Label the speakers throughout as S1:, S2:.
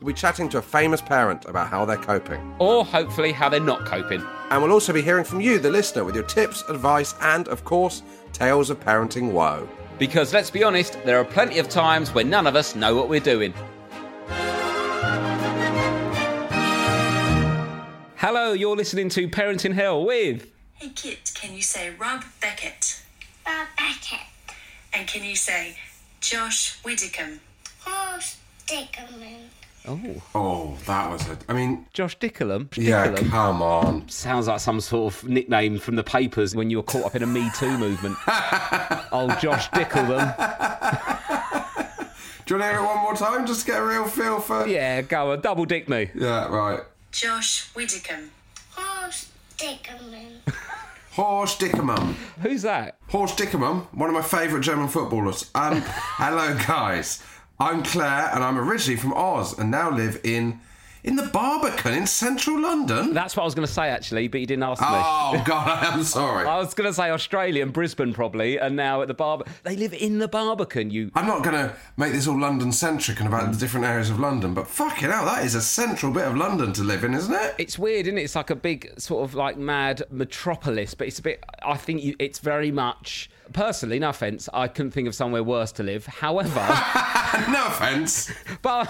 S1: we'll be chatting to a famous parent about how they're coping.
S2: Or hopefully how they're not coping.
S1: And we'll also be hearing from you, the listener, with your tips, advice, and, of course, tales of parenting woe.
S2: Because let's be honest, there are plenty of times when none of us know what we're doing. Hello, you're listening to Parenting Hell with.
S3: Hey kid, can you say Rob Beckett?
S4: Rob Beckett.
S3: And can you say Josh Widdicombe?
S4: Horse Dickerman.
S2: Oh,
S1: Oh, that was a. I mean,
S2: Josh Dickelum.
S1: yeah,
S2: Dickelum.
S1: come on.
S2: Sounds like some sort of nickname from the papers when you were caught up in a Me Too movement. oh, Josh Dickelum.
S1: Do you want to hear it one more time just to get a real feel for.
S2: Yeah, go on, double dick me.
S1: Yeah, right.
S3: Josh Widdicombe.
S4: Horse Dickerman.
S1: Horse Dickerman.
S2: Who's that?
S1: Horst Dickermann, one of my favourite German footballers. Um, hello, guys. I'm Claire, and I'm originally from Oz, and now live in in the Barbican in central London.
S2: That's what I was going to say actually, but you didn't ask me.
S1: Oh God, I'm sorry.
S2: I was going to say Australian, Brisbane probably, and now at the Barber. They live in the Barbican, you.
S1: I'm not going to make this all London centric and about the different areas of London, but fucking hell, that is a central bit of London to live in, isn't it?
S2: It's weird, isn't it? It's like a big sort of like mad metropolis, but it's a bit. I think you, it's very much. Personally, no offence, I couldn't think of somewhere worse to live. However.
S1: no offence.
S2: but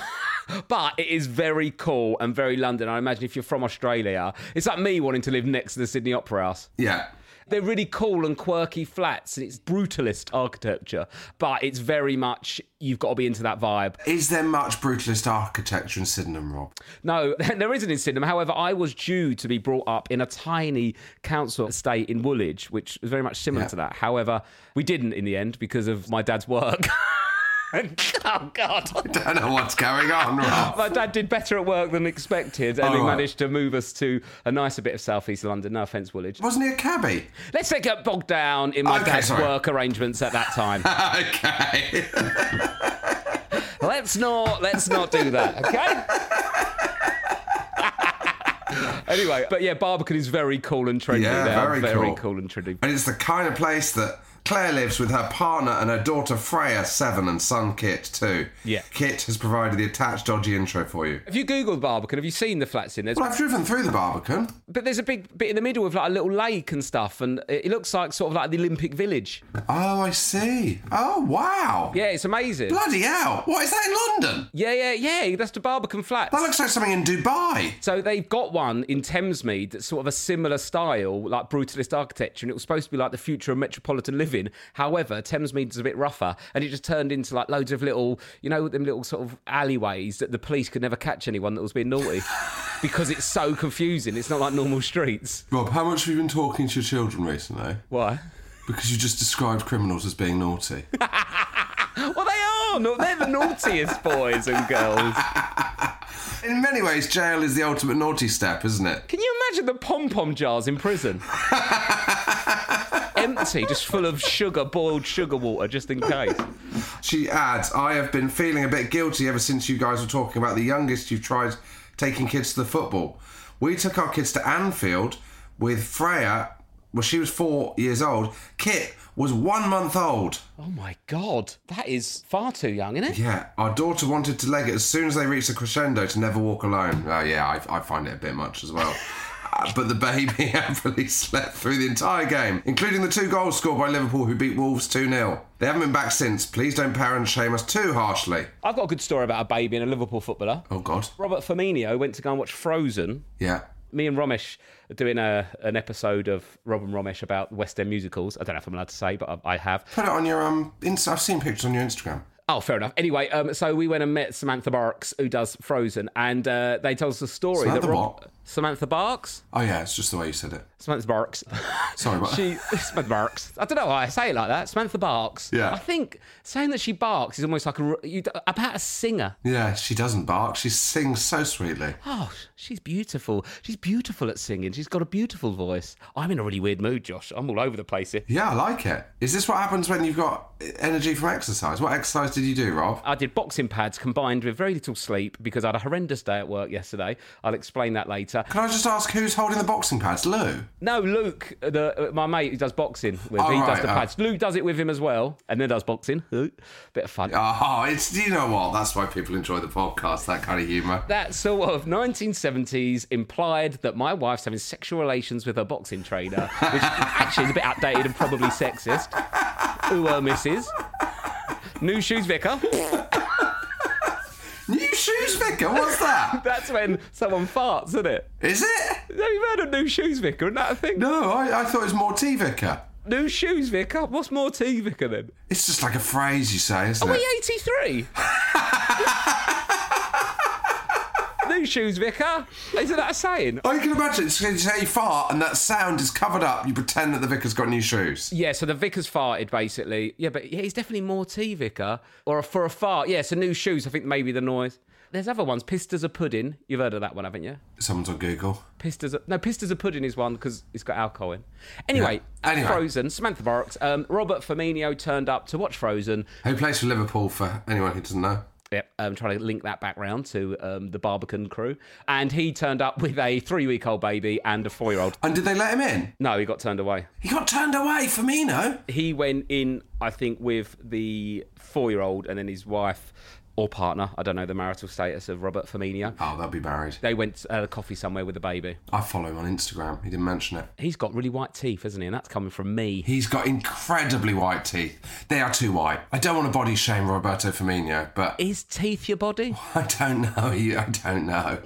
S2: but it is very cool and very London. I imagine if you're from Australia, it's like me wanting to live next to the Sydney Opera House.
S1: Yeah.
S2: They're really cool and quirky flats, and it's brutalist architecture, but it's very much you've got to be into that vibe.
S1: Is there much brutalist architecture in Sydenham, Rob?
S2: No, there isn't in Sydenham. However, I was due to be brought up in a tiny council estate in Woolwich, which was very much similar
S1: Yeah.
S2: to that. However, we didn't in the end because of my dad's work. oh, God.
S1: Don't know what's going on, Rob.
S2: My dad did better at work than expected, and
S1: Oh,
S2: he
S1: right.
S2: managed to move us to a nicer bit of southeast London. No offence, Woolwich.
S1: Wasn't he a cabbie?
S2: Let's not get bogged down in my
S1: Okay,
S2: dad's
S1: sorry.
S2: work arrangements at that time.
S1: okay.
S2: let's not. Let's not do that. Okay. anyway, but yeah, Barbican is very cool and trendy.
S1: Yeah,
S2: now.
S1: very cool.
S2: and trendy.
S1: And it's the kind of place that Claire lives with her partner and her daughter Freya, seven, and son Kit, too.
S2: Yeah.
S1: Kit has provided the attached dodgy intro for you.
S2: Have you googled Barbican? Have you seen the flats in there?
S1: Well, I've driven through the Barbican.
S2: But there's a big bit in the middle with like a little lake and stuff, and it it looks like sort of like the Olympic Village.
S1: Oh, I see. Oh, wow.
S2: Yeah, it's amazing.
S1: Bloody hell. What, is that in London?
S2: Yeah, yeah, yeah. That's the Barbican flats.
S1: That looks like something in Dubai.
S2: So they've got one in Thamesmead that's sort of a similar style, like brutalist architecture, and it was supposed to be like the future of metropolitan living. However, Thamesmead's a bit rougher, and it just turned into like loads of little, you know, them little sort of alleyways that the police could never catch anyone that was being naughty because it's so confusing. It's not like normal streets.
S1: Rob, how much have you been talking to your children recently?
S2: Why?
S1: Because you just described criminals as being naughty.
S2: Well, they are. No, they're the naughtiest boys and girls.
S1: in many ways, jail is the ultimate naughty step, isn't it?
S2: Can you imagine the pom pom jars in prison? empty, just full of sugar, boiled sugar water, just in case.
S1: She adds, I have been feeling a bit guilty ever since you guys were talking about the youngest you've tried taking kids to the football. We took our kids to Anfield with Freya. Well, she was four years old. Kit was one month old.
S2: Oh my god, that is far too young, isn't it?
S1: Yeah, our daughter wanted to leg it as soon as they reached the crescendo to never walk alone. Oh, yeah, I, I find it a bit much as well. Uh, but the baby happily slept through the entire game, including the two goals scored by Liverpool, who beat Wolves 2 0. They haven't been back since. Please don't parent shame us too harshly.
S2: I've got a good story about a baby and a Liverpool footballer.
S1: Oh, God.
S2: Robert Firmino went to go and watch Frozen.
S1: Yeah.
S2: Me and Romesh are doing a, an episode of Rob and Romesh about West End musicals. I don't know if I'm allowed to say, but I, I have.
S1: Put it on your um. Inst- I've seen pictures on your Instagram.
S2: Oh, fair enough. Anyway, um, so we went and met Samantha Barks, who does Frozen, and uh, they told us the story
S1: Samantha
S2: that
S1: what?
S2: Samantha Barks,
S1: Oh yeah, it's just the way you said it.
S2: Samantha Barks.
S1: Sorry, but
S2: she Samantha Barks. I don't know why I say it like that. Samantha Barks.
S1: Yeah.
S2: I think saying that she barks is almost like a, you, about a singer.
S1: yeah, she doesn't bark. She sings so sweetly.
S2: Oh, she's beautiful. She's beautiful at singing. She's got a beautiful voice. I'm in a really weird mood, Josh. I'm all over the place here.
S1: Yeah, I like it. Is this what happens when you've got energy from exercise? What exercise did you do, Rob?
S2: I did boxing pads combined with very little sleep because I had a horrendous day at work yesterday. I'll explain that later.
S1: Can I just ask who's holding the boxing pads? Lou.
S2: No, Luke, the, uh, my mate who does boxing with,
S1: Oh,
S2: he does
S1: right,
S2: the
S1: uh.
S2: pads. Luke does it with him as well, and then does boxing. Bit of fun.
S1: Oh, it's you know what? That's why people enjoy the podcast. That kind of humour.
S2: That sort of 1970s implied that my wife's having sexual relations with her boxing trainer, which actually is a bit outdated and probably sexist. Ooh, uh, missus. New shoes, vicar.
S1: New shoes, Vicar. What's that?
S2: That's when someone farts, isn't it?
S1: Is it?
S2: Have you heard of new shoes, vicar? Isn't that a thing?
S1: No, I, I thought it was more tea, Vicar.
S2: New shoes, vicar. What's more tea, vicar then?
S1: It's just like a phrase you say, isn't
S2: Are
S1: it?
S2: we 83? new shoes, vicar. Isn't that a saying?
S1: I can imagine. So Oh, you say you fart, and that sound is covered up. You pretend that the vicar's got new shoes.
S2: Yeah, so the vicar's farted basically. Yeah, but yeah, he's definitely more tea vicar or a, for a fart. Yeah, so new shoes. I think maybe the noise. There's other ones. Pissed as a pudding. You've heard of that one, haven't you?
S1: Someone's on Google.
S2: Pissed as a no. Pissed as a pudding is one because it's got alcohol in. Anyway,
S1: Yeah.
S2: at
S1: Anyway.
S2: Frozen. Samantha Barks. Um, Robert Firmino turned up to watch Frozen.
S1: Who plays for Liverpool? For anyone who doesn't know,
S2: Yep. Um, trying to link that back round to um, the Barbican crew, and he turned up with a three-week-old baby and a four-year-old.
S1: and did they let him in?
S2: No, he got turned away.
S1: He got turned away. Firmino.
S2: he went in, I think, with the four-year-old and then his wife or partner. I don't know the marital status of Robert Firmino.
S1: Oh, they'll be married.
S2: They went to had a coffee somewhere with the baby.
S1: I follow him on Instagram. He didn't mention it.
S2: He's got really white teeth, hasn't he? And that's coming from me.
S1: He's got incredibly white teeth. They are too white. I don't want to body shame Roberto Firmino, but
S2: Is teeth your body?
S1: I don't know. He- I don't know.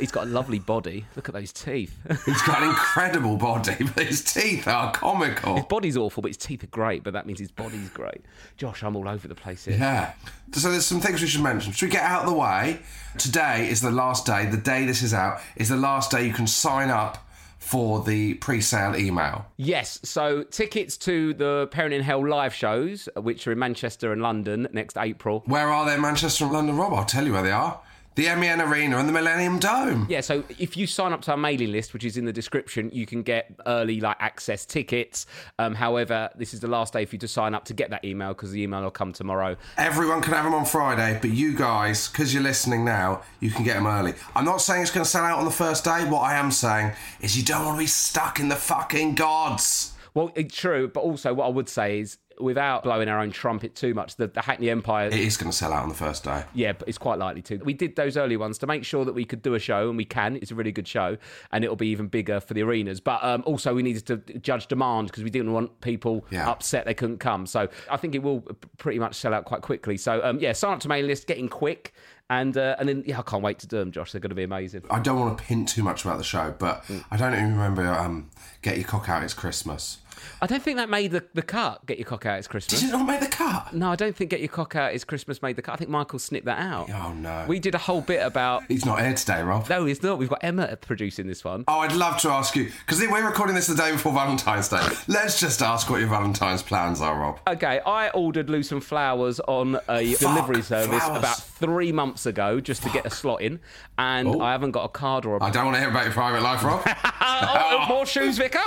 S2: He's got a lovely body. Look at those teeth.
S1: He's got an incredible body, but his teeth are
S2: his
S1: comical.
S2: body's awful, but his teeth are great. But that means his body's great. Josh, I'm all over the place here.
S1: Yeah. So there's some things we should mention. Should we get out of the way? Today is the last day. The day this is out is the last day you can sign up for the pre-sale email.
S2: Yes, so tickets to the Parent in Hell live shows, which are in Manchester and London next April.
S1: Where are they, Manchester and London, Rob? I'll tell you where they are. The MEN Arena and the Millennium Dome.
S2: Yeah, so if you sign up to our mailing list, which is in the description, you can get early like access tickets. Um, however, this is the last day for you to sign up to get that email because the email will come tomorrow.
S1: Everyone can have them on Friday, but you guys, because you're listening now, you can get them early. I'm not saying it's going to sell out on the first day. What I am saying is you don't want to be stuck in the fucking gods.
S2: Well, it's true, but also what I would say is without blowing our own trumpet too much, the, the Hackney Empire.
S1: It is going to sell out on the first day.
S2: yeah, but it's quite likely to. We did those early ones to make sure that we could do a show, and we can. It's a really good show, and it'll be even bigger for the arenas. But um, also, we needed to judge demand because we didn't want people
S1: Yeah.
S2: upset they couldn't come. So I think it will p- pretty much sell out quite quickly. So um, yeah, sign up to mailing list, getting quick, and uh, and then yeah, I can't wait to do them, Josh. They're going to be amazing.
S1: I don't want to hint too much about the show, but I don't even remember um, Get Your Cock Out, It's Christmas.
S2: I don't think that made the, the cut. Get your cock out, it's Christmas.
S1: Did it not make the cut?
S2: no, I don't think Get Your Cock Out It's Christmas made the cut. I think Michael snipped that out.
S1: Oh, no.
S2: We did a whole bit about.
S1: He's not here today, Rob.
S2: No, it's not. We've got Emma producing this one.
S1: Oh, I'd love to ask you, because we're recording this the day before Valentine's Day. Let's just ask what your Valentine's plans are, Rob.
S2: Okay, I ordered Lou some flowers on a
S1: Fuck,
S2: delivery service
S1: flowers.
S2: about three months ago just to get a slot in, and
S1: Oh.
S2: I haven't got a card or a.
S1: I don't want to hear about your private life, Rob.
S2: Oh, more shoes, Vicar.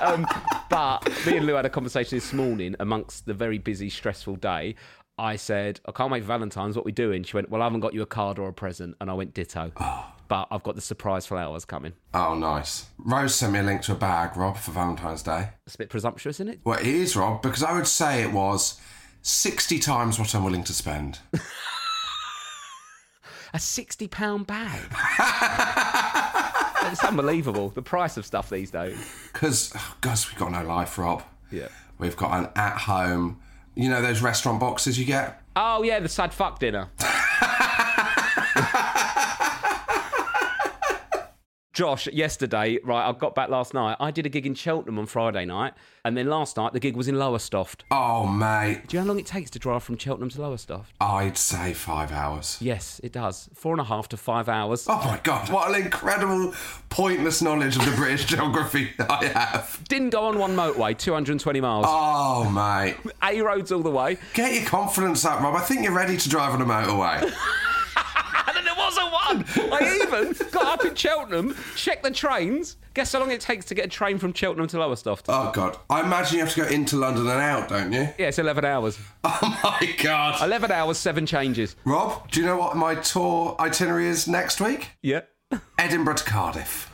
S2: Um, But me and Lou had a conversation this morning amongst the very busy, stressful day. I said, I can't wait for Valentine's. What we doing? She went, Well, I haven't got you a card or a present. And I went, Ditto. but I've got the surprise flowers coming.
S1: Oh, nice. Rose sent me a link to a bag, Rob, for Valentine's Day.
S2: It's a bit presumptuous, isn't it?
S1: Well, it is, Rob, because I would say it was 60 times what I'm willing to spend.
S2: A £60 bag. it's unbelievable. The price of stuff these days.
S1: Because, oh, gosh, we've got no life, Rob.
S2: Yeah.
S1: We've got an at home, you know, those restaurant boxes you get?
S2: Oh, yeah, the sad fuck dinner. Josh, yesterday, right, I got back last night. I did a gig in Cheltenham on Friday night, and then last night the gig was in Lowestoft.
S1: Oh, mate,
S2: Do you know how long it takes to drive from Cheltenham to Lowestoft?
S1: I'd say five hours.
S2: Yes, it does. Four and a half to five hours.
S1: Oh my god, what an incredible pointless knowledge of the British geography I have.
S2: Didn't go on one motorway, 220 miles.
S1: Oh, mate.
S2: A roads all the way.
S1: Get your confidence up, Rob. I think you're ready to drive on a motorway.
S2: And then there was a one. I even got up in Cheltenham, checked the trains. Guess how long it takes to get a train from Cheltenham to Lowestoft?
S1: Oh, God. I imagine you have to go into London and out, don't you?
S2: yeah, it's 11 hours.
S1: Oh, my God.
S2: 11 hours, seven changes.
S1: Rob, do you know what my tour itinerary is next week?
S2: Yeah.
S1: Edinburgh to Cardiff.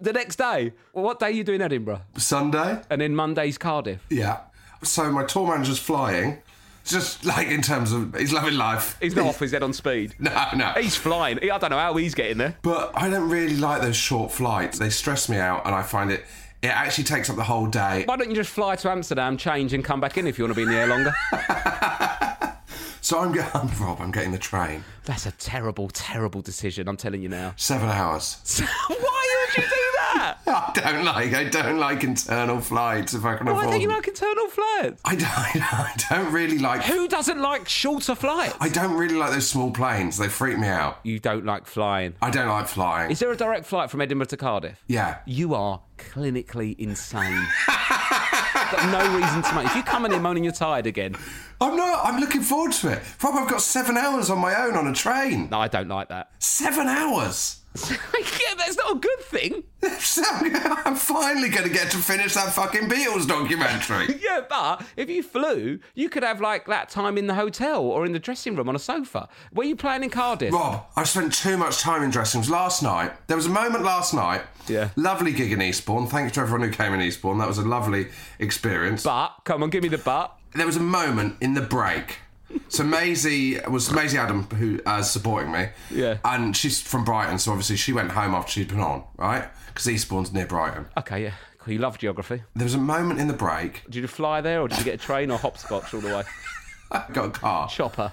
S2: The next day. Well, what day are you doing Edinburgh?
S1: Sunday?
S2: And then Monday's Cardiff.
S1: Yeah. So my tour manager's flying. Just like in terms of he's loving life.
S2: He's not off his head on speed.
S1: No, no.
S2: He's flying. He- I don't know how he's getting there.
S1: But I don't really like those short flights. They stress me out, and I find it it actually takes up the whole day.
S2: Why don't you just fly to Amsterdam, change, and come back in if you want to be in the air longer?
S1: So I'm getting Rob. I'm getting the train.
S2: That's a terrible, terrible decision. I'm telling you now.
S1: Seven hours.
S2: Why would you do that?
S1: I don't like. I don't like internal flights if I can
S2: Why
S1: afford.
S2: don't you
S1: them.
S2: like internal flights?
S1: I don't. I don't really like.
S2: Who doesn't like shorter flights?
S1: I don't really like those small planes. They freak me out.
S2: You don't like flying.
S1: I don't like flying.
S2: Is there a direct flight from Edinburgh to Cardiff?
S1: yeah.
S2: You are clinically insane. Got no reason to make. If you come in here moaning you're tired again,
S1: I'm not. I'm looking forward to it. Rob, I've got seven hours on my own on a train.
S2: no, I don't like that.
S1: Seven hours.
S2: yeah, that's not a good thing.
S1: So- I'm finally going to get to finish that fucking Beatles documentary.
S2: Yeah, but if you flew, you could have like that time in the hotel or in the dressing room on a sofa. Were you playing in Cardiff?
S1: Rob, I spent too much time in dressing rooms last night. There was a moment last night.
S2: Yeah.
S1: Lovely gig in Eastbourne. Thanks to everyone who came in Eastbourne. That was a lovely experience.
S2: But come on, give me the but.
S1: there was a moment in the break. So Maisie it was Maisie Adam who uh, supporting me.
S2: Yeah.
S1: And she's from Brighton, so obviously she went home after she'd been on, right? Because Eastbourne's near Brighton.
S2: Okay, yeah, cool, you love geography.
S1: There was a moment in the break.
S2: Did you fly there, or did you get a train or hopscotch all the way?
S1: I got a car.
S2: Chopper.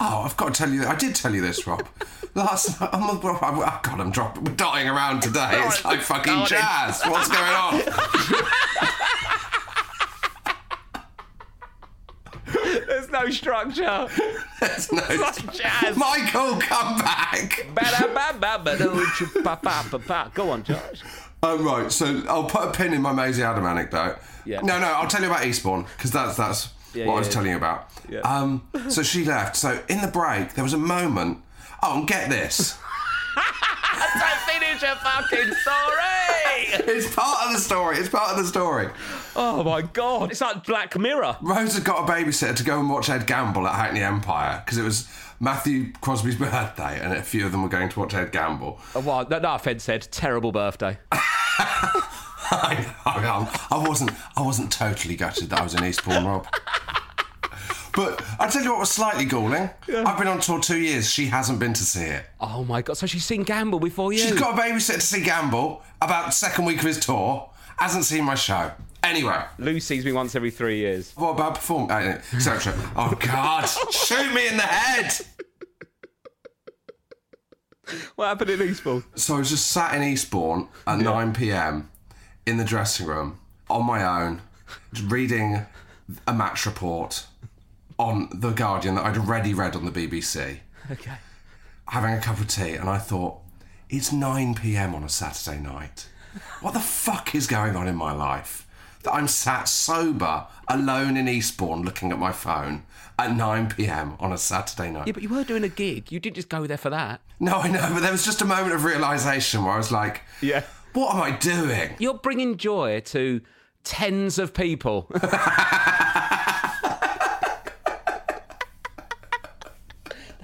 S1: Oh, I've got to tell you. I did tell you this, Rob. Last night, I'm, I'm, oh, God, I'm dropping. We're dying around today. It's like fucking jazz. What's going on?
S2: There's no structure.
S1: There's no
S2: jazz.
S1: Michael, come back.
S2: Ba-da-ba-ba-ba-do-chu-pa-pa-pa-pa. Go on, Josh.
S1: Um, right, so I'll put a pin in my Maisie Adam anecdote.
S2: Yeah.
S1: No, no, I'll tell you about Eastbourne because that's that's
S2: Yeah,
S1: what
S2: yeah,
S1: I was
S2: yeah.
S1: telling you about.
S2: Yeah.
S1: Um, so she left. So in the break, there was a moment. Oh, and get this.
S2: Don't finish a fucking story.
S1: it's part of the story. It's part of the story.
S2: Oh my god, it's like Black Mirror.
S1: Rosa got a babysitter to go and watch Ed Gamble at Hackney Empire because it was Matthew Crosby's birthday, and a few of them were going to watch Ed Gamble.
S2: Oh, well, no, no offense, said terrible birthday.
S1: I, I, I wasn't. I wasn't totally gutted that I was in Eastbourne, Rob. But I tell you what was slightly galling. I've been on tour two years. She hasn't been to see it.
S2: Oh my god, so she's seen Gamble before you.
S1: She's got a babysitter to see Gamble about the second week of his tour. Hasn't seen my show. Anyway,
S2: Lou sees me once every three years.
S1: what about perform? Uh, etc. Oh God! Shoot me in the head.
S2: What happened in Eastbourne?
S1: So I was just sat in Eastbourne at 9 pm in the dressing room on my own, just reading a match report on The Guardian that I'd already read on the BBC,
S2: Okay.
S1: having a cup of tea, and I thought, it's 9 pm on a Saturday night. What the fuck is going on in my life? that I'm sat sober, alone in Eastbourne looking at my phone at 9 pm on a Saturday night.
S2: Yeah, but you were doing a gig. You didn't just go there for that.
S1: No, I know, but there was just a moment of realization where I was like,
S2: Yeah.
S1: What am I doing?
S2: You're bringing joy to tens of people.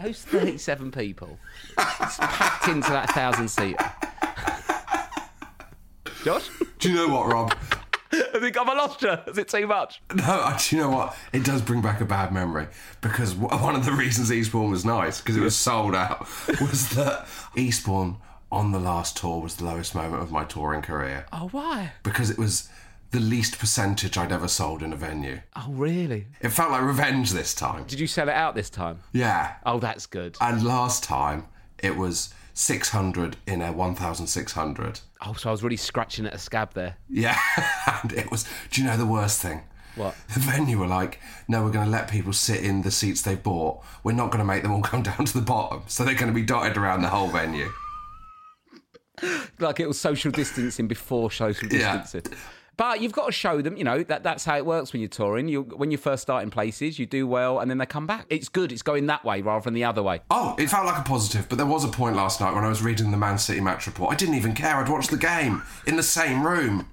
S2: Those 37 people it's packed into that thousand seat. Josh,
S1: Do you know what, Rob?
S2: I think I've lost you. Is it too much?
S1: No, I- do you know what? It does bring back a bad memory because w- one of the reasons Eastbourne was nice because it was sold out was that Eastbourne on the last tour was the lowest moment of my touring career
S2: Oh, why?
S1: because it was the least percentage I'd ever sold in a venue.
S2: Oh, really?
S1: It felt like revenge this time.
S2: Did you sell it out this time?
S1: Yeah.
S2: Oh, that's good.
S1: And last time it was 600 in a 1,600.
S2: Oh, so I was really scratching at a scab there.
S1: Yeah, and it was. Do you know the worst thing?
S2: What?
S1: The venue were like, no, we're going to let people sit in the seats they bought. We're not going to make them all come down to the bottom. So they're going to be dotted around the whole venue.
S2: like it was social distancing before social
S1: Yeah.
S2: distancing. But you've got to show them, you know, that that's how it works when you're touring. You when you first start in places, you do well, and then they come back. It's good. It's going that way rather than the other way.
S1: Oh, it felt like a positive, but there was a point last night when I was reading the Man City match report. I didn't even care. I'd watched the game in the same room.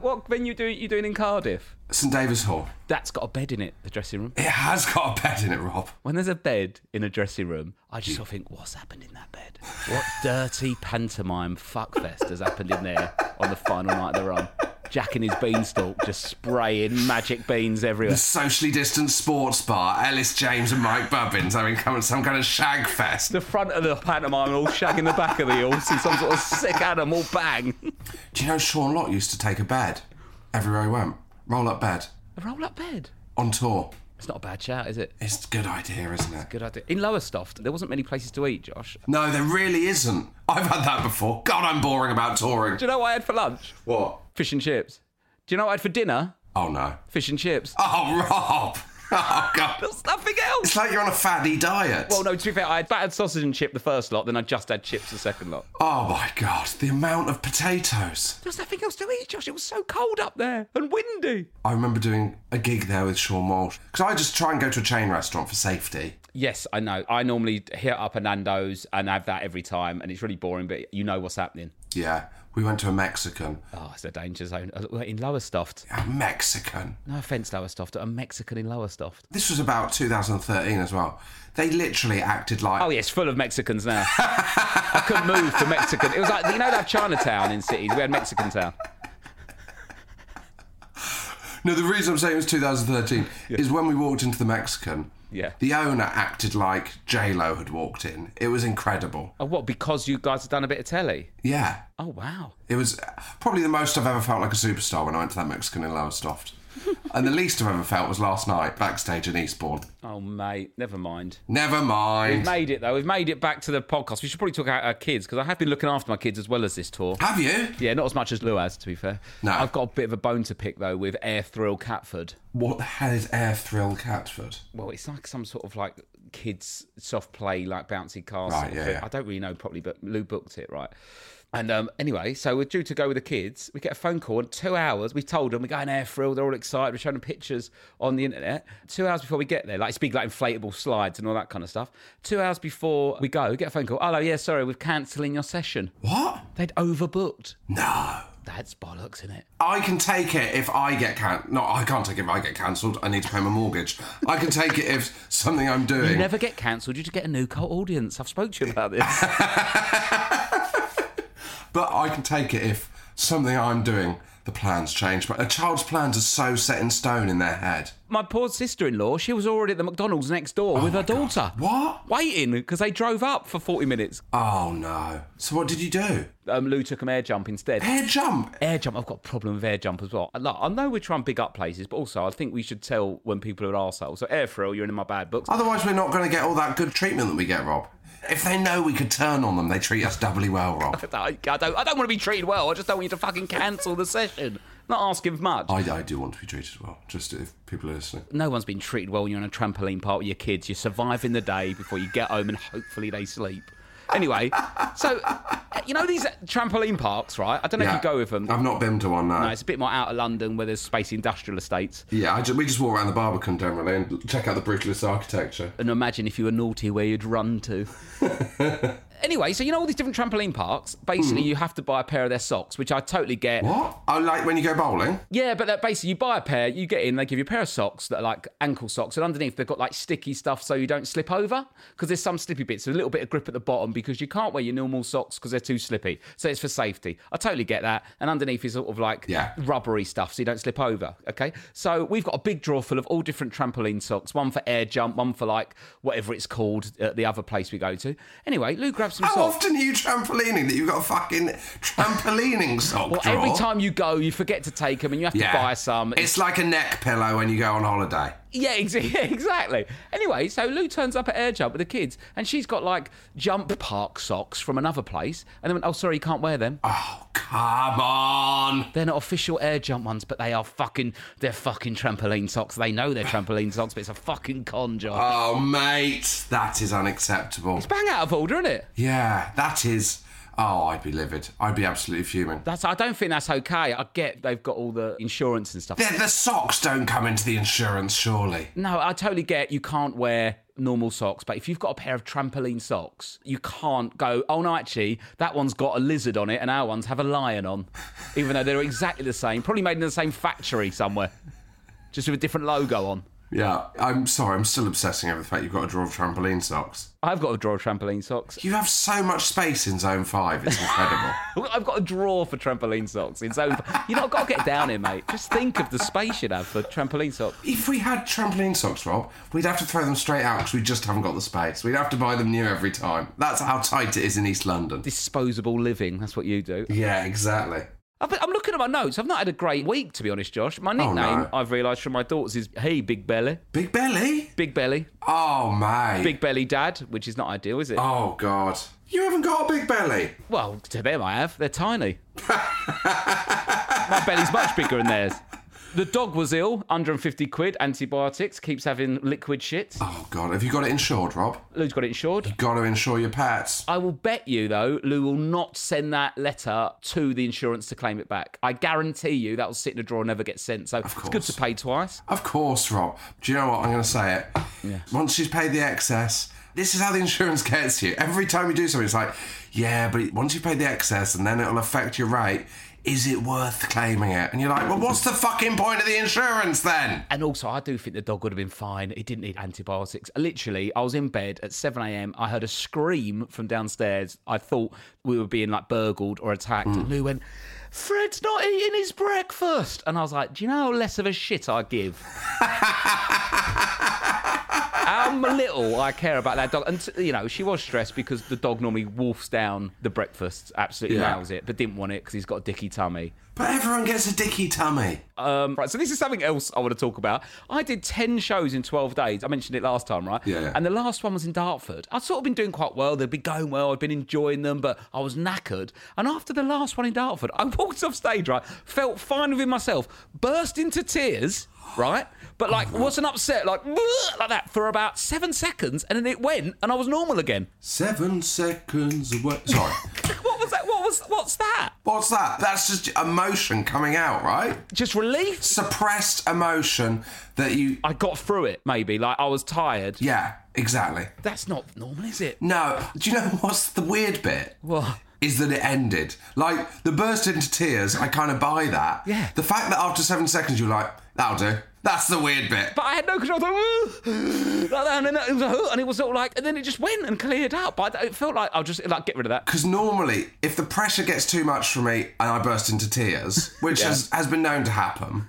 S2: What venue do you doing in Cardiff?
S1: St David's Hall.
S2: That's got a bed in it. The dressing room.
S1: It has got a bed in it, Rob.
S2: When there's a bed in a dressing room, I just sort of think, what's happened in that bed? What dirty pantomime fuckfest has happened in there on the final night of the run? Jack and his beanstalk just spraying magic beans everywhere.
S1: The socially distanced sports bar, Ellis James and Mike Bubbins having come at some kind of shag fest.
S2: the front of the pantomime and all shagging the back of the horse in some sort of sick animal bang.
S1: Do you know Sean Lott used to take a bed everywhere he went? Roll up bed.
S2: A roll up bed.
S1: On tour.
S2: It's not a bad shout, is it?
S1: It's a good idea, isn't it?
S2: Good idea. In Lowestoft, there wasn't many places to eat, Josh.
S1: No, there really isn't. I've had that before. God, I'm boring about touring.
S2: Do you know what I had for lunch?
S1: What?
S2: Fish and chips. Do you know what I had for dinner?
S1: Oh no.
S2: Fish and chips.
S1: Oh, Rob. Oh God.
S2: There's nothing else.
S1: It's like you're on a fatty diet.
S2: Well, no, to be fair, I had battered sausage and chip the first lot, then I just had chips the second lot.
S1: Oh my God, the amount of potatoes.
S2: There was nothing else to eat, Josh. It was so cold up there and windy.
S1: I remember doing a gig there with Sean Walsh because I just try and go to a chain restaurant for safety.
S2: Yes, I know. I normally hit up a Nando's and have that every time, and it's really boring, but you know what's happening.
S1: Yeah, we went to a Mexican.
S2: Oh, it's a danger zone. We're In Lowestoft.
S1: A Mexican.
S2: No offence, Lowestoft. A Mexican in Lowestoft.
S1: This was about 2013 as well. They literally acted like.
S2: Oh, yeah, it's full of Mexicans now. I could move to Mexican. It was like, you know, they have Chinatown in cities. We had Mexican Town.
S1: No, the reason I'm saying it was 2013 is when we walked into the Mexican.
S2: Yeah.
S1: The owner acted like J Lo had walked in. It was incredible.
S2: Oh, what? Because you guys have done a bit of telly?
S1: Yeah,
S2: Oh, wow.
S1: it was probably the most I've ever felt like a superstar when I went to that Mexican in Lowestoft. and the least I've ever felt was last night backstage in Eastbourne.
S2: Oh, mate, never mind.
S1: Never mind.
S2: We've made it, though. We've made it back to the podcast. We should probably talk about our kids because I have been looking after my kids as well as this tour.
S1: Have you?
S2: Yeah, not as much as Lou has, to be fair.
S1: No.
S2: I've got a bit of a bone to pick, though, with Air Thrill Catford.
S1: What the hell is Air Thrill Catford?
S2: well, it's like some sort of like kids soft play, like bouncy castle.
S1: Right, yeah,
S2: thing.
S1: yeah.
S2: I don't really know properly, but Lou booked it right. And um, anyway, so we're due to go with the kids. We get a phone call in two hours. We told them we're going air thrill. They're all excited. We're showing them pictures on the internet. Two hours before we get there, like speak like inflatable slides and all that kind of stuff. Two hours before we go, we get a phone call. Hello, yeah, sorry, we're cancelling your session.
S1: What?
S2: They'd overbooked.
S1: No.
S2: That's bollocks, isn't it?
S1: I can take it if I get can. No, I can't take it if I get cancelled. I need to pay my mortgage. I can take it if something I'm doing.
S2: You never get cancelled. You just get a new cult audience. I've spoke to you about this.
S1: But I can take it if something I'm doing, the plans change. But a child's plans are so set in stone in their head.
S2: my poor sister-in-law, she was already at the McDonald's next door with her daughter.
S1: What?
S2: Waiting because they drove up for 40 minutes.
S1: Oh no. So what did you do?
S2: Um, Lou took an air jump instead.
S1: Air jump.
S2: Air jump, I've got a problem with air jump as well. I lo- I know we're trying to big up places, but also I think we should tell when people are arseholes. So air thrill, you're in my bad books.
S1: Otherwise, we're not going to get all that good treatment that we get, Rob. If they know we could turn on them, they treat us doubly well, Rob.
S2: I I don't, I don't want to be treated well. I just don't want you to fucking cancel the session. Not asking for much.
S1: I, I do want to be treated well, just if people are listening.
S2: no one's been treated well when you're on a trampoline park with your kids. You're surviving the day before you get home and hopefully they sleep. Anyway, so you know these trampoline parks, right? I don't know
S1: Yeah.
S2: if you go with them.
S1: I've not been to one, no.
S2: No, it's a bit more out of London where there's space industrial estates.
S1: Yeah, I ju- we just walk around the Barbican generally and check out the brutalist architecture.
S2: And imagine if you were naughty where you'd run to. anyway, so you know all these different trampoline parks. Basically, you have to buy a pair of their socks, which I totally get.
S1: Hmm. What? Oh, like when you go bowling?
S2: Yeah, but that basically you buy a pair, you get in, they give you a pair of socks that are like ankle socks, and underneath they've got like sticky stuff so you don't slip over because there's some slippy bits, a little bit of grip at the bottom because you can't wear your normal socks because they're too slippy. So it's for safety. I totally get that. And underneath is sort of like
S1: Yeah.
S2: rubbery stuff so you don't slip over. Okay, so we've got a big drawer full of all different trampoline socks, one for air jump, one for like whatever it's called at the other place we go to. Anyway, Lou grabs some
S1: How
S2: socks.
S1: often are you trampolining that you've got a fucking trampolining sock
S2: Well,
S1: drawer?
S2: every time you go, you forget to take them and you have to
S1: yeah.
S2: buy some.
S1: It's like a neck pillow when you go on holiday.
S2: Yeah, ex- yeah, exactly. Anyway, so Lou turns up at Air Jump with the kids, and she's got like jump park socks from another place, and they went, "Oh, sorry, you can't wear them.
S1: Oh, come on.
S2: They're not official Air Jump ones, but they are fucking, they're fucking trampoline socks. They know they're trampoline socks, but it's a fucking con job.
S1: Oh, mate. That is unacceptable.
S2: Bang out of order, isn't it?
S1: Yeah, that is. Oh, I'd be livid. I'd be absolutely fuming.
S2: That's, I don't think that's okay. I get they've got all the insurance and stuff.
S1: The, the socks don't come into the insurance, surely.
S2: No, I totally get you can't wear normal socks, but if you've got a pair of trampoline socks, you can't go, oh no, actually, that one's got a lizard on it and our ones have a lion on, even though they're exactly the same, probably made in the same factory somewhere, just with a different logo on.
S1: Yeah, I'm sorry. I'm still obsessing over the fact you've got a drawer of trampoline socks.
S2: I've got a drawer of trampoline socks.
S1: You have so much space in Zone 5. It's incredible.
S2: I've got a drawer for trampoline socks. It's over. you know, I've got to get down here, mate. Just think of the space you'd have for trampoline socks.
S1: if we had trampoline socks, Rob, we'd have to throw them straight out because we just haven't got the space. We'd have to buy them new every time. That's how tight it is in East London.
S2: Disposable living, that's what you do.
S1: Yeah, exactly.
S2: I've been- I'm looking at my notes. I've not had a great week, to be honest, Josh. My nickname,
S1: Oh, no.
S2: I've realised from my daughters, is Hey Big Belly.
S1: Big belly?
S2: Big Belly.
S1: Oh, mate.
S2: Big Belly Dad, which is not ideal, is it?
S1: Oh, God. You haven't got a big belly.
S2: Well, to them I have. They're tiny. my belly's much bigger than theirs. The dog was ill, 150 quid, antibiotics, keeps having liquid shit.
S1: Oh, God. Have you got it insured, Rob?
S2: Lou's got it insured.
S1: Got to insure your pets.
S2: I will bet you, though, Lou will not send that letter to the insurance to claim it back. I guarantee you that will sit in a drawer and never get sent. So it's good
S1: course.
S2: to pay twice.
S1: Of course, Rob. Do you know what? I'm going to say it. Once she's paid the excess, this is how the insurance gets you. Every time you do something, it's like, yeah, but once you've paid the excess and then it'll affect your rate, is it worth claiming it? And you're like, well, what's the fucking point of the insurance then?
S2: And also, I do think the dog would have been fine. It didn't need antibiotics. Literally, I was in bed at 7 a.m. I heard a scream from downstairs. I thought we were being like burgled or attacked. And Lou went, Fred's not eating his breakfast. And I was like, Do you know how less of a shit I give? how little I care about that dog. And, t- you know, she was stressed because the dog normally wolfs down the breakfast, absolutely
S1: Yeah.
S2: nails it, but didn't want it because he's got a dicky tummy.
S1: But everyone gets a dicky tummy.
S2: Um, right, so this is something else I want to talk about. I did 10 shows in 12 days. I mentioned it last time, right?
S1: Yeah, yeah.
S2: And the last one was in Dartford. I'd sort of been doing quite well. They'd been going well. I'd been enjoying them, but I was knackered. And after the last one in Dartford, I walked off stage, right? Felt fine within myself, burst into tears, right? But like,
S1: Oh,
S2: wasn't upset, like, like that for about seven seconds. And then it went, and I was normal again.
S1: Seven seconds away. Sorry.
S2: What was that? What was, what's that?
S1: What's that? That's just emotion coming out, right?
S2: Just relief?
S1: Suppressed emotion that you.
S2: I got through it, maybe. Like, I was tired.
S1: Yeah, exactly.
S2: That's not normal, is it?
S1: No, do you know what's the weird bit?
S2: What?
S1: Is that it ended. Like, the burst into tears, I kind of buy that.
S2: Yeah.
S1: The fact that after seven seconds you're like, that'll do. That's the weird bit.
S2: But I had no control. I was like, "Ugh," like that, and then it was, "Ugh," and it was all like, and then it just went and cleared up. But I- it felt like I'll just like get rid of that.
S1: Because normally, if the pressure gets too much for me and I burst into tears, which has, has been known to happen,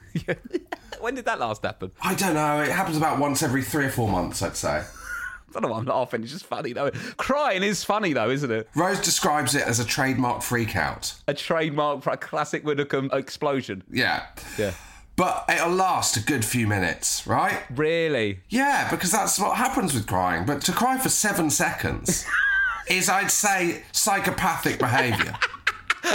S2: when did that last happen?
S1: I don't know, it happens about once every three or four months, I'd say.
S2: I don't know why I'm laughing. It's just funny though. Crying is funny though, isn't it?
S1: Rose describes it as a trademark freakout.
S2: A trademark for a classic Widdicombe explosion.
S1: Yeah.
S2: Yeah.
S1: But it'll last a good few minutes, right?
S2: Really?
S1: Yeah, because that's what happens with crying. But to cry for seven seconds is, I'd say, psychopathic behaviour.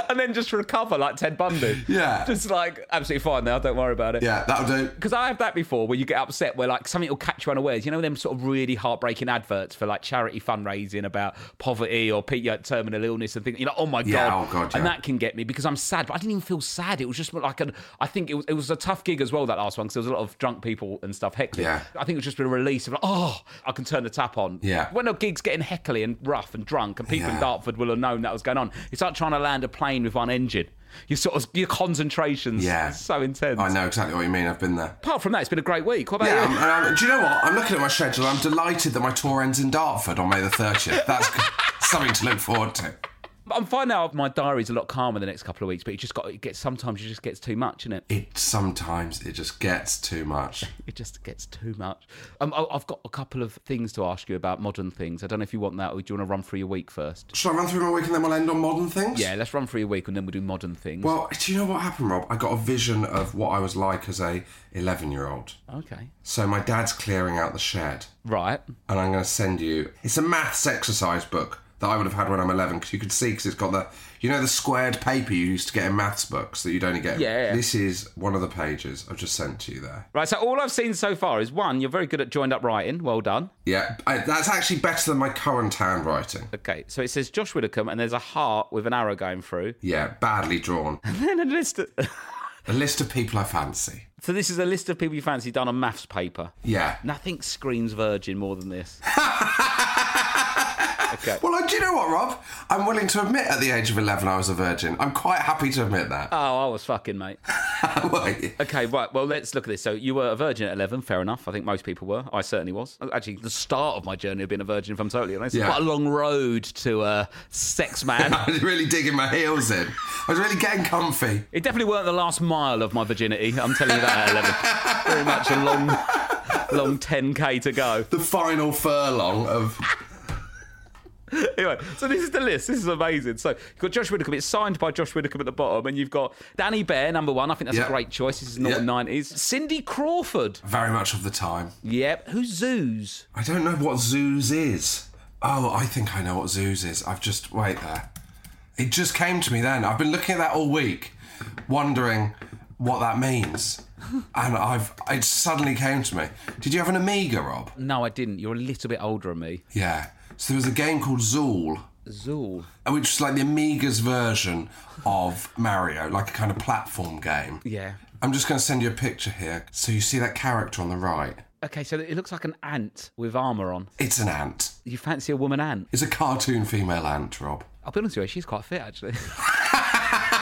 S2: and then just recover like Ted Bundy.
S1: Yeah.
S2: Just like, absolutely fine now, don't worry about it.
S1: Yeah, that'll do.
S2: Because I have that before where you get upset where like something will catch you unawares. You know, them sort of really heartbreaking adverts for like charity fundraising about poverty or pe- yeah, terminal illness and things. You're like, oh my
S1: Yeah,
S2: God.
S1: oh God,
S2: And
S1: yeah.
S2: that can get me because I'm sad, but I didn't even feel sad. It was just like an, I think it was, it was a tough gig as well, that last one, because there was a lot of drunk people and stuff heckling.
S1: Yeah.
S2: I think it was just a release of like, oh, I can turn the tap on.
S1: Yeah.
S2: When a gig's getting heckly and rough and drunk and people in
S1: Yeah.
S2: Dartford will have known that was going on, it's like trying to land a plane with one engine. Your sort of your concentration's
S1: Yeah.
S2: so intense
S1: I know exactly what you mean. I've been there.
S2: apart from that, it's been a great week. What about
S1: Yeah,
S2: you?
S1: I'm- and I'm- do you know what? I'm looking at my schedule. I'm delighted that my tour ends in Dartford on May the 30th. That's something to look forward to.
S2: I'm fine now. My diary's a lot calmer the next couple of weeks, but it just got it gets sometimes it just gets too much, innit? it?
S1: It sometimes it just gets too much.
S2: It just gets too much. Um, I- I've got a couple of things to ask you about modern things. I don't know if you want that, or do you want to run through your week first?
S1: Shall I run through my week and then we'll end on modern things?
S2: Yeah, let's run through your week and then we'll do modern things.
S1: Well, do you know what happened, Rob? I got a vision of what I was like as a 11 year old.
S2: okay,
S1: So my dad's clearing out the shed,
S2: right.
S1: and I'm going to send you. It's a maths exercise book that I would have had when I'm 11 because you could see because it's got the you know the squared paper you used to get in maths books that you don't get.
S2: Yeah, yeah.
S1: This is one of the pages I've just sent to you there.
S2: Right, so all I've seen so far is one, you're very good at joined up writing. Well done.
S1: Yeah, I, that's actually better than my current handwriting.
S2: Okay, so it says Josh Widdicombe, and there's a heart with an arrow going through.
S1: Yeah, badly drawn.
S2: Then a list. Of,
S1: a list of people I fancy.
S2: so this is a list of people you fancy done on maths paper.
S1: Yeah.
S2: Nothing screams virgin more than this. okay.
S1: Well, I- do you know what, Rob? I'm willing to admit at the age of 11 I was a virgin. I'm quite happy to admit that.
S2: Oh, I was fucking, mate.
S1: Wait.
S2: Okay, right. Well, let's look at this. So, you were a virgin at 11, fair enough. I think most people were. I certainly was. Actually, the start of my journey of being a virgin, if I'm totally honest. It's
S1: Yeah.
S2: Quite a long road to uh, sex man.
S1: I was really digging my heels in. I was really getting comfy.
S2: it definitely weren't the last mile of my virginity. I'm telling you that at 11. Very much a long, long 10K to go.
S1: The final furlong of.
S2: Anyway, so this is the list. This is amazing. So you've got Josh Widdicombe. It's signed by Josh Widdicombe at the bottom, and you've got Danny Bear, number one. I think that's a
S1: Yeah.
S2: great choice. This is not
S1: Yeah.
S2: nineties. Cindy Crawford.
S1: Very much of the time.
S2: Yep. Who's Zoos?
S1: I don't know what Zoos is. Oh, I think I know what Zoos is. I've just. Wait there. It just came to me then. I've been looking at that all week, wondering what that means. And I've. It suddenly came to me. Did you have an Amiga, Rob?
S2: No, I didn't. You're a little bit older than me.
S1: Yeah. So there was a game called Zool,
S2: Zool.
S1: which was like the Amiga's version of Mario, like a kind of platform game.
S2: Yeah.
S1: I'm just going to send you a picture here. So you see that character on the right?
S2: Okay, so it looks like an ant with armor on.
S1: It's an ant.
S2: You fancy a woman ant?
S1: It's a cartoon female ant, Rob.
S2: I'll be honest with you, she's quite fit actually.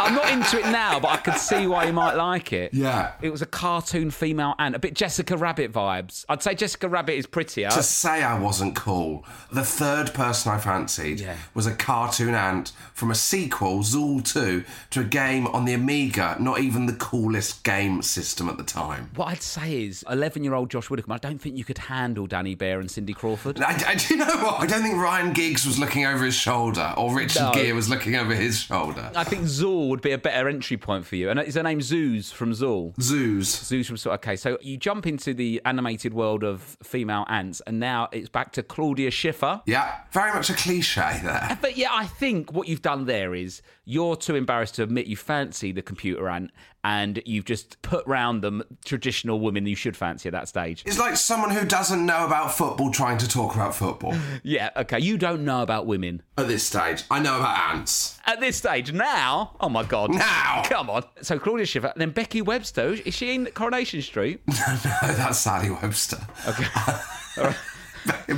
S2: I'm not into it now, but I could see why you might like it.
S1: Yeah.
S2: It was a cartoon female ant, a bit Jessica Rabbit vibes. I'd say Jessica Rabbit is prettier.
S1: To say I wasn't cool, the third person I fancied
S2: Yeah.
S1: was a cartoon ant from a sequel, Zool 2, to a game on the Amiga, not even the coolest game system at the time.
S2: What I'd say is, 11 year old Josh Widdicombe, I don't think you could handle Danny Bear and Cindy Crawford.
S1: I, I- do you know what? I don't think Ryan Giggs was looking over his shoulder, or Richard
S2: No.
S1: Gere was looking over his shoulder.
S2: I think Zool would be a better entry point for you. And is her name Zoos from Zool?
S1: Zoos.
S2: Zoos from Zool. Okay, so you jump into the animated world of female ants, and now it's back to Claudia Schiffer.
S1: Yeah, very much a cliche there.
S2: But yeah, I think what you've done there is you're too embarrassed to admit you fancy the computer ant, and you've just put round them traditional women you should fancy at that stage.
S1: It's like someone who doesn't know about football trying to talk about football.
S2: Yeah, okay, you don't know about women.
S1: At this stage, I know about ants.
S2: At this stage, now, oh my god,
S1: Now!
S2: come on. So Claudia Schiffer, then Becky Webster. Is she in Coronation Street?
S1: No, Oh, that's Sally Webster. Okay.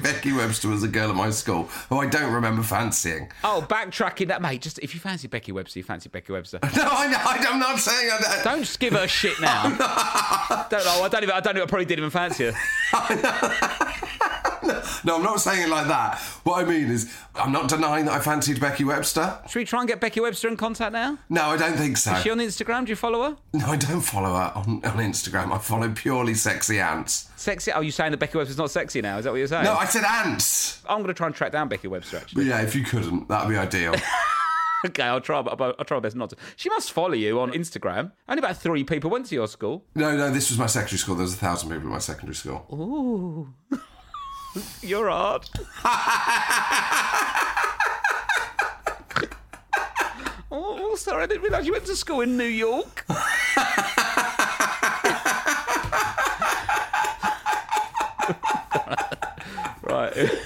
S1: Becky Webster was a girl at my school who I don't remember fancying.
S2: oh, backtracking that, mate. Just if you fancy Becky Webster, you fancy Becky Webster.
S1: No, I, I, I'm not saying I don't.
S2: Don't just give her a shit now. don't know. I don't even. I don't. know, I probably didn't even fancy her.
S1: No, I'm not saying it like that. What I mean is, I'm not denying that I fancied Becky Webster.
S2: Should we try and get Becky Webster in contact now?
S1: No, I don't think so.
S2: Is she on Instagram? Do you follow her?
S1: No, I don't follow her on, on Instagram. I follow purely sexy ants.
S2: Sexy? Oh, you saying that Becky Webster's not sexy now? Is that what you're saying?
S1: No, I said ants.
S2: I'm going to try and track down Becky Webster
S1: But
S2: actually.
S1: yeah, if you couldn't, that'd be ideal.
S2: okay, I'll try. But I'll try my best not to. She must follow you on Instagram. Only about three people went to your school.
S1: no, no, this was my secondary school. There was a thousand people at my secondary school.
S2: Ooh. You're odd. oh, sorry, I didn't realise you went to school in New York. right.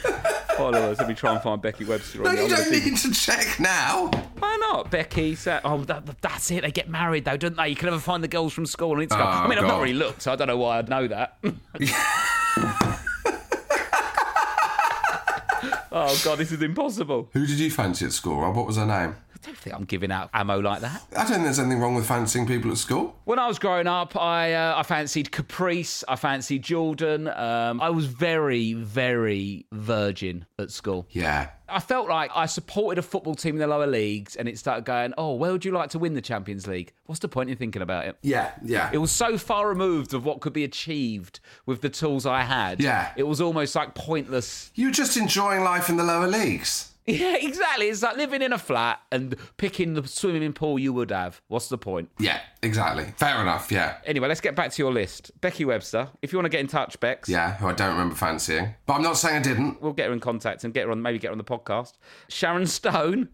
S2: Follow us. Let me try and find Becky Webster. on
S1: No,
S2: the-
S1: you
S2: I'm gonna
S1: don't
S2: do-
S1: need to check now.
S2: Why not? Becky said, "Oh, that, that's it. They get married, though, don't they? You can never find the girls from school on Instagram." I
S1: Oh,
S2: mean, I've not
S1: God.
S2: really looked, so I don't know why I'd know that. oh God, this is impossible.
S1: Who did you fancy at school, Rob? What was her name?
S2: I don't think I'm giving out ammo like that.
S1: I don't think there's anything wrong with fancying people at school.
S2: When I was growing up, I uh, I fancied Caprice, I fancied Jordan. Um, I was very, very virgin at school.
S1: Yeah.
S2: I felt like I supported a football team in the lower leagues, and it started going, "Oh, where would you like to win the Champions League? What's the point in thinking about it?"
S1: Yeah, yeah.
S2: It was so far removed of what could be achieved with the tools I had.
S1: Yeah.
S2: It was almost like pointless.
S1: you were just enjoying life in the lower leagues.
S2: Yeah, exactly. It's like living in a flat and picking the swimming pool you would have. What's the point?
S1: Yeah, exactly. Fair enough, yeah.
S2: Anyway, let's get back to your list. Becky Webster, if you want to get in touch, Bex.
S1: Yeah, who I don't remember fancying. But I'm not saying I didn't.
S2: We'll get her in contact and get her on, maybe get her on the podcast. Sharon Stone,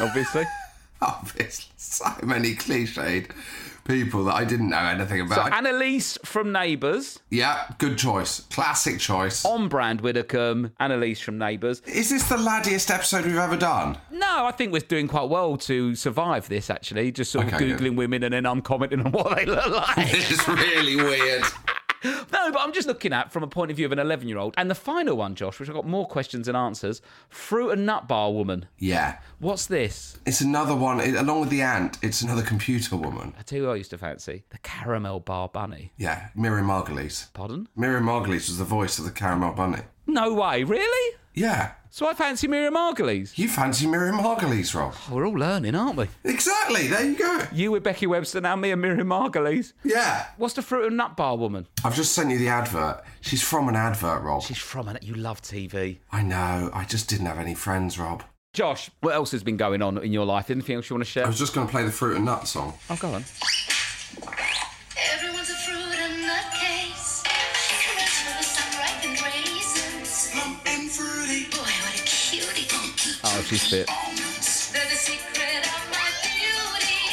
S2: obviously.
S1: Obviously, so many cliched people that I didn't know anything
S2: So
S1: about.
S2: Annalise from Neighbours,
S1: yeah, good choice. Classic choice.
S2: on brand Widdicombe, Annalise from Neighbours.
S1: Is this the laddiest episode we've ever done?
S2: No, I think we're doing quite well to survive this, actually. Just sort of
S1: Okay,
S2: Googling
S1: good.
S2: women and then I'm commenting on what they look like.
S1: This is really weird.
S2: No, but I'm just looking at from a point of view of an 11 year old. And the final one, Josh, which I've got more questions and answers Fruit and Nut Bar Woman.
S1: Yeah.
S2: What's this?
S1: It's another one, it, along with the ant, it's another computer woman.
S2: I tell you who I used to fancy the Caramel Bar Bunny.
S1: Yeah, Miriam Margolyes.
S2: Pardon?
S1: Miriam Margolyes was the voice of the Caramel Bunny.
S2: No way, really?
S1: Yeah,
S2: So I fancy Miriam Margolyes.
S1: you fancy Miriam Margolyes, Rob.
S2: Oh, we're all learning, aren't we?
S1: Exactly, there you go.
S2: You with Becky Webster, now me and Miriam Margolyes.
S1: Yeah.
S2: What's the Fruit and Nut Bar Woman?
S1: I've just sent you the advert. She's from an advert, Rob.
S2: She's from an. You love TV.
S1: I know, I just didn't have any friends, Rob.
S2: Josh, what else has been going on in your life? Anything else you want to
S1: I
S2: share?
S1: was just going to play the Fruit and Nut song.
S2: Oh, go on.
S3: Everyone's a fruit and nutcase. Everyone's full of some ripened raisins. Plump and fruity. Boy, what a cutie. Funky,
S2: Oh, she's fit.
S3: almonds. They're the secret of my beauty.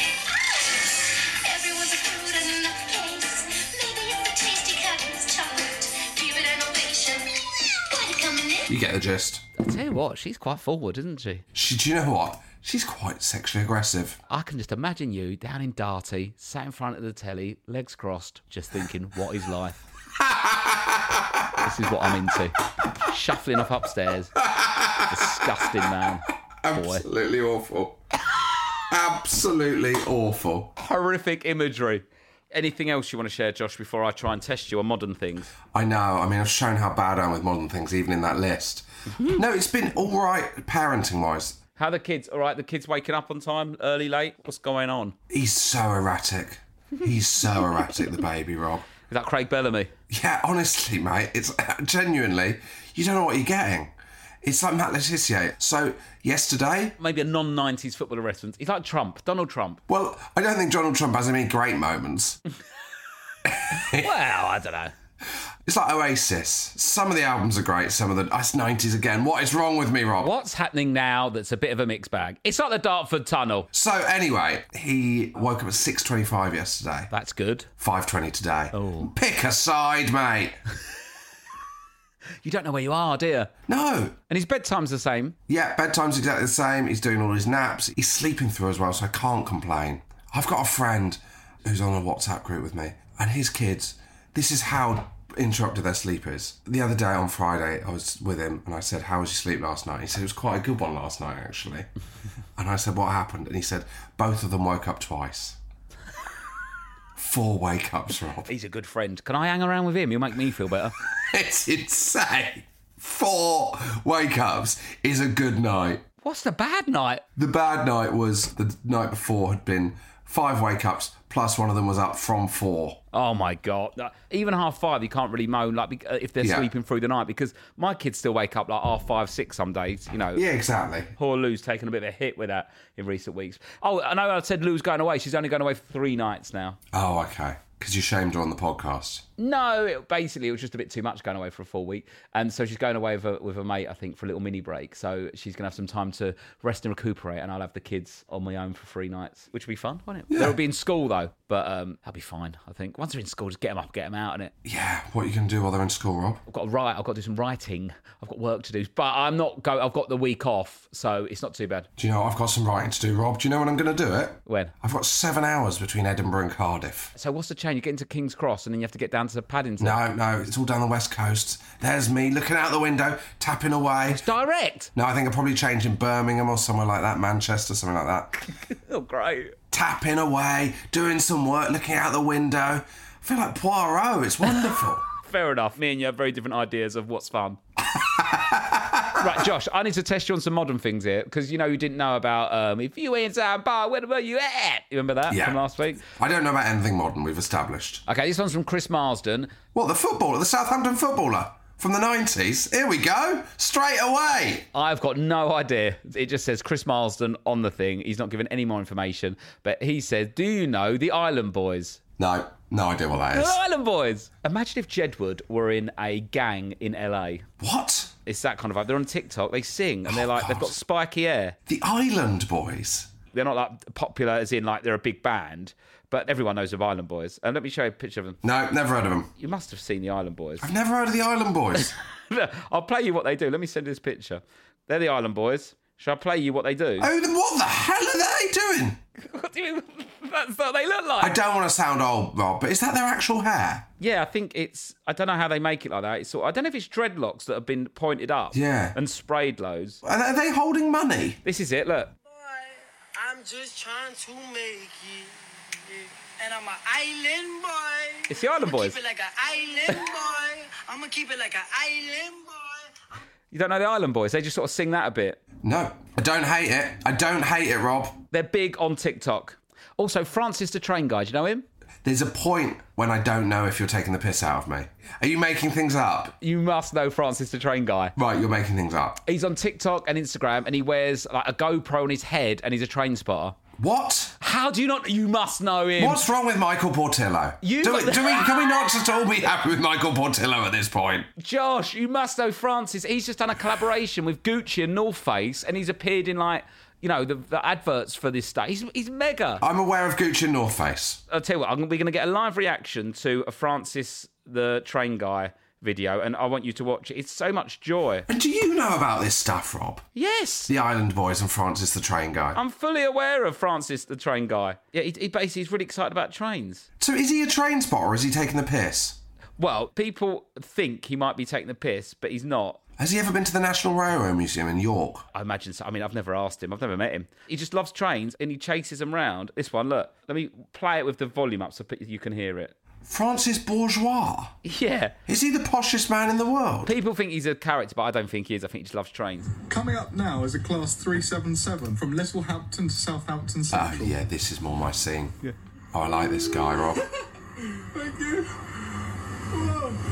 S3: Everyone's a fruit and nutcase. Maybe it's the tasty cotton's chocolate. Give it an ovation. Got it coming in.
S1: You get the gist.
S2: I tell you what, she's quite forward, isn't she?
S1: She, do you know what? She's quite sexually aggressive.
S2: I can just imagine you down in Darty, sat in front of the telly, legs crossed, just thinking, what is life? this is what I'm into. Shuffling up upstairs. Disgusting man. Boy.
S1: Absolutely awful. Absolutely awful.
S2: Horrific imagery. Anything else you want to share, Josh, before I try and test you on modern things?
S1: I know. I mean, I've shown how bad I am with modern things, even in that list. No, it's been all right parenting wise.
S2: How the kids? All right, the kids waking up on time, early, late? What's going on?
S1: He's so erratic. He's so erratic, the baby, Rob.
S2: Is that Craig Bellamy?
S1: Yeah, honestly, mate, it's genuinely, you don't know what you're getting. It's like Matt Letitia. So, yesterday,
S2: Maybe a non 90s footballer reference. He's like Trump, Donald Trump.
S1: well, I don't think Donald Trump has any great moments.
S2: well, I don't know.
S1: It's like Oasis. Some of the albums are great, some of the. That's 90s again. What is wrong with me, Rob?
S2: What's happening now that's a bit of a mixed bag? It's like the Dartford Tunnel.
S1: So, anyway, he woke up at 6.25 yesterday,
S2: That's good.
S1: 5.20 today.
S2: Oh.
S1: Pick a side, mate.
S2: You don't know where you are, do you?
S1: No.
S2: And his bedtime's the same.
S1: Yeah, bedtime's exactly the same. He's doing all his naps. He's sleeping through as well, so I can't complain. I've got a friend who's on a WhatsApp group with me, and his kids, this is how interrupted their sleep is. The other day on Friday, I was with him and I said, How was your sleep last night? He said, It was quite a good one last night, actually. and I said, What happened? And he said, Both of them woke up twice. Four wake ups, Rob.
S2: He's a good friend. Can I hang around with him? He'll make me feel better.
S1: It's insane. Four wake ups is a good night.
S2: What's the bad night?
S1: The bad night was the night before had been five wake ups, plus one of them was up from four.
S2: Oh my god! Uh, Even half five, you can't really moan like bec- uh, if they're
S1: Yeah.
S2: sleeping through the night because my kids still wake up like half five, six some days. You know,
S1: Yeah, exactly.
S2: poor Lou's taken a bit of a hit with that in recent weeks. Oh, I know I said Lou's going away. She's only going away for three nights now.
S1: Oh, okay. Because you shamed her on the podcast.
S2: No, it, basically, it was just a bit too much going away for a full week. And so she's going away with a, with a mate, I think, for a little mini break. So she's going to have some time to rest and recuperate. And I'll have the kids on my own for three nights, which will be fun, won't it? They'll be in school, though. But um, I'll be fine, I think. Once they're in school, just get them up, get them out, and it.
S1: Yeah, what are you going to do while they're in school, Rob?
S2: I've got to write. I've got to do some writing. I've got work to do. But I'm not go. I've got the week off, so it's not too bad.
S1: Do you know, I've got some writing to do, Rob. Do you know when I'm going to do it?
S2: When?
S1: I've got seven hours between Edinburgh and Cardiff.
S2: So what's the chain? You get into King's Cross, and then you have to get down to Paddington.
S1: No, no, it's all down the west coast. There's me looking out the window, tapping away.
S2: It's direct.
S1: No, I think I'll probably change in Birmingham or somewhere like that, Manchester, something like that.
S2: Oh, great.
S1: tapping away, doing some work, looking out the window. I feel like Poirot. It's wonderful.
S2: Fair enough. Me and you have very different ideas of what's fun. right, Josh, I need to test you on some modern things here because you know you didn't know about um, if you ain't Sam Bar, where were you at? You remember that
S1: Yeah.
S2: from last week?
S1: I don't know about anything modern we've established.
S2: Okay, this one's from Chris Marsden.
S1: What, the footballer, the Southampton footballer from the 90s? Here we go. Straight away.
S2: I've got no idea. It just says Chris Marsden on the thing. He's not given any more information, but he says, "Do you know the Island Boys?"
S1: No, no idea what that
S2: The
S1: is.
S2: Island Boys. Imagine if Jedward were in a gang in LA.
S1: What?
S2: It's that kind of vibe. They're on TikTok. They sing and they're
S1: Oh,
S2: like they've
S1: God.
S2: got spiky hair.
S1: The Island Boys.
S2: they're not like popular as in like they're a big band, but everyone knows of Island Boys. And let me show you a picture of them.
S1: No, never heard of them.
S2: You must have seen the Island Boys.
S1: I've never heard of the Island Boys.
S2: I'll play you what they do. Let me send you this picture. They're the Island Boys. Shall I play you what they do?
S1: oh, then what the hell are they doing?
S2: What do you- That's what they look
S1: I
S2: like.
S1: don't want to sound old, Rob, but is that their actual hair?
S2: Yeah, I think it's. I don't know how they make it like that. It's sort. I don't know if it's dreadlocks that have been pointed up.
S1: Yeah.
S2: And sprayed loads.
S1: Are are they holding money?
S2: This is it. Look.
S5: I'm just trying to make it. yeah. And I'm an island boy.
S2: It's the Island
S5: I'ma
S2: Boys.
S5: Keep it like an island boy. I'm gonna keep it like an island boy.
S2: You don't know the Island Boys. They just sort of sing that a bit.
S1: No, I don't hate it. I don't hate it, Rob.
S2: They're big on TikTok. Also, Francis the Train Guy. Do you know him?
S1: There's a point when I don't know if you're taking the piss out of me. Are you making things up?
S2: You must know Francis the Train Guy.
S1: Right, you're making things up.
S2: He's on TikTok and Instagram, and he wears like a GoPro on his head, and he's a train spotter.
S1: What?
S2: How do you not? You must know him.
S1: What's wrong with Michael Portillo?
S2: You
S1: do,
S2: got
S1: we,
S2: the-
S1: do we, can we not just all be happy with Michael Portillo at this point?
S2: Josh, you must know Francis. He's just done a collaboration with Gucci and North Face, and he's appeared in like you know the, the adverts for this stuff. He's he's mega.
S1: I'm aware of Gucci and North Face.
S2: I'll tell you what, I'm, we're going to get a live reaction to a Francis the Train Guy video, and I want you to watch it. It's so much joy.
S1: And do you know about this stuff, Rob?
S2: Yes.
S1: The Island Boys and Francis the Train Guy.
S2: I'm fully aware of Francis the Train Guy. Yeah, he, he basically is really excited about trains.
S1: so is he a train spotter or is he taking the piss?
S2: Well, people think he might be taking the piss, but he's not.
S1: Has he ever been to the National Railway Museum in York?
S2: I imagine so. I mean, I've never asked him. I've never met him. He just loves trains and he chases them round. This one, look. Let me play it with the volume up so pe- you can hear it.
S1: Francis Bourgeois?
S2: Yeah.
S1: Is he the poshest man in the world?
S2: People think he's a character, but I don't think he is. I think he just loves trains.
S6: Coming up now is a class 377 from Littlehampton to Southampton
S1: Oh
S6: Central.
S1: yeah, this is more my scene. Oh, I like this guy, Rob.
S6: Thank you.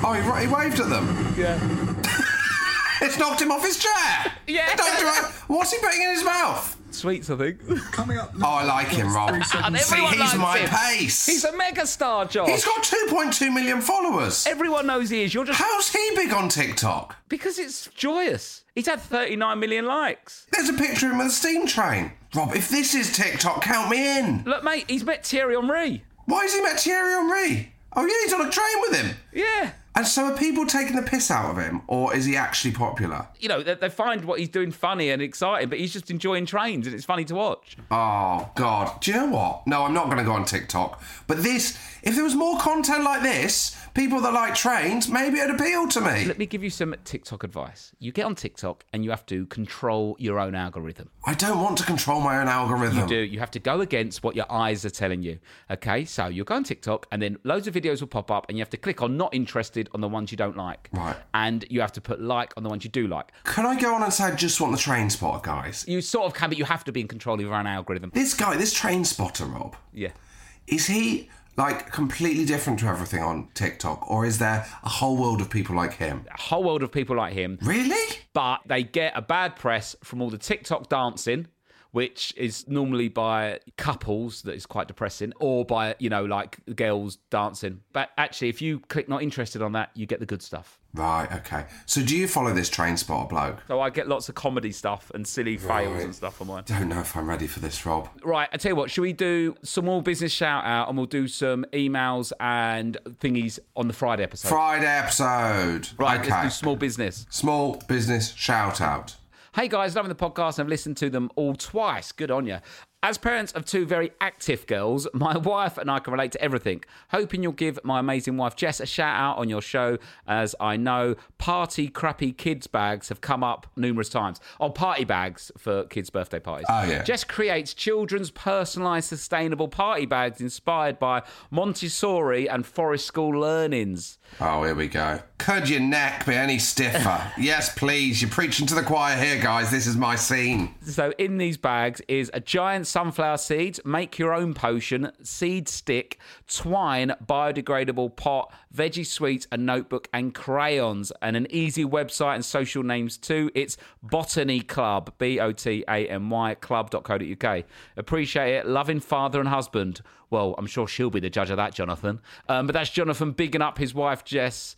S1: Oh, he, wa- he waved at them.
S2: Yeah.
S1: It's knocked him off his chair.
S2: Yeah.
S1: Don't do it. What's he putting in his mouth?
S2: Sweets, I think.
S6: Coming up
S1: Oh,
S6: now.
S1: I like him, Rob.
S6: And
S1: See,
S2: everyone
S1: he's
S2: likes
S1: my
S2: him.
S1: pace.
S2: He's a megastar, Josh.
S1: he's got 2.2 million followers.
S2: Everyone knows he is. You're just.
S1: How's he big on TikTok?
S2: Because it's joyous. He's had 39 million likes.
S1: There's a picture of him with a steam train. Rob, if this is TikTok, count me in.
S2: Look, mate, he's met Thierry Henry.
S1: Why has he met Thierry Henry? Oh yeah, he's on a train with him.
S2: Yeah.
S1: And so are people taking the piss out of him, or is he actually popular?
S2: you know, they, they find what he's doing funny and exciting, but he's just enjoying trains and it's funny to watch.
S1: Oh God! Do you know what? No, I'm not going to go on TikTok. But this—if there was more content like this, people that like trains, maybe it'd appeal to me.
S2: Let me give you some TikTok advice. You get on TikTok and you have to control your own algorithm.
S1: I don't want to control my own algorithm.
S2: You do. You have to go against what your eyes are telling you. Okay, so you'll go on TikTok and then loads of videos will pop up and you have to click on not interested on the ones you don't like.
S1: Right.
S2: And you have to put like on the ones you do like.
S1: Can I go on and say I just want the train spot, guys?
S2: You sort of can, but you have to be in control of your own algorithm.
S1: This guy, this train spotter, Rob,
S2: Yeah.
S1: is he like completely different to everything on TikTok, or is there a whole world of people like him?
S2: A whole world of people like him
S1: Really?
S2: but they get a bad press from all the TikTok dancing, which is normally by couples that is quite depressing, or by you know like girls dancing. But actually, if you click not interested on that, you get the good stuff.
S6: Right, okay. So do you follow this train spotter bloke?
S1: So I get lots of comedy stuff and silly fails
S6: Right.
S1: and stuff on mine.
S6: Don't know if I'm ready for this, Rob.
S2: Right, I tell you what, should we do some more business shout out and we'll do some emails and thingies on the Friday episode?
S6: Friday episode.
S2: right,
S6: okay.
S2: let's do small business.
S6: Small business shout out.
S2: Hey guys, loving the podcast and I've listened to them all twice. Good on you. As parents of two very active girls, my wife and I can relate to everything. Hoping you'll give my amazing wife Jess a shout out on your show, as I know party crappy kids bags have come up numerous times. Oh, party bags for kids' birthday parties.
S6: Oh, yeah.
S2: Jess creates children's personalised sustainable party bags inspired by Montessori and forest school learnings.
S6: Oh, here we go. Could your neck be any stiffer? yes, please. You're preaching to the choir here, guys. This is my scene.
S2: So in these bags is a giant sunflower seed, make your own potion, seed stick, twine, biodegradable pot, veggie sweets, a notebook and crayons and an easy website and social names too. It's Botany Club, B O T A M Y club.co.uk. Appreciate it. Loving father and husband. Well, I'm sure she'll be the judge of that, Jonathan. Um, but that's Jonathan bigging up his wife Jess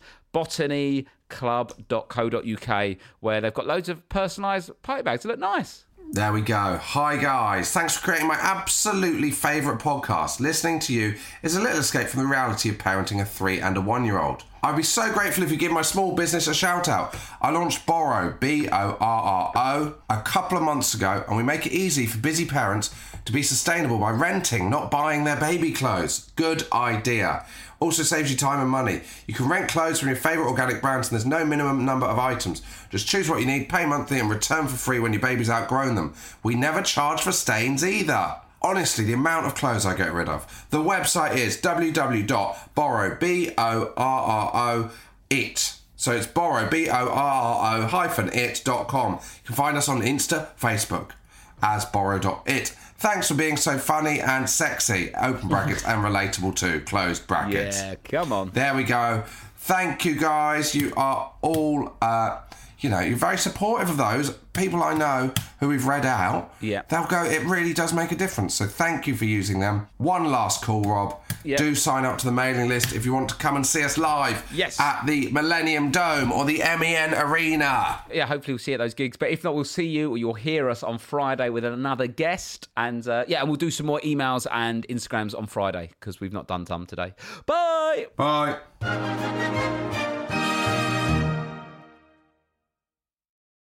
S2: botanyclub.co.uk where they've got loads of personalised party bags that look nice.
S6: There we go. Hi, guys. Thanks for creating my absolutely favourite podcast. Listening to you is a little escape from the reality of parenting a three and a one year old. I'd be so grateful if you give my small business a shout out. I launched Borrow, B O R R O, a couple of months ago, and we make it easy for busy parents to be sustainable by renting, not buying their baby clothes. Good idea. Also saves you time and money. You can rent clothes from your favourite organic brands and there's no minimum number of items. Just choose what you need, pay monthly, and return for free when your baby's outgrown them. We never charge for stains either. Honestly, the amount of clothes I get rid of. The website is www.borrow, B O R R O, it. So it's borrow, B O R R O hyphen it.com. You can find us on Insta, Facebook as borrow.it. Thanks for being so funny and sexy, open brackets, and relatable too, closed brackets.
S2: Yeah, come on.
S6: There we go. Thank you guys. You are all, uh, you know, you're very supportive of those people I know who we've read out.
S2: Yeah.
S6: They'll go, it really does make a difference. So thank you for using them. One last call, Rob.
S2: Yeah.
S6: Do sign up to the mailing list if you want to come and see us live
S2: Yes.
S6: at the Millennium Dome or the MEN Arena.
S2: Yeah, hopefully we'll see you at those gigs. But if not, we'll see you or you'll hear us on Friday with another guest. And uh, yeah, and we'll do some more emails and Instagrams on Friday because we've not done some today. Bye.
S6: Bye.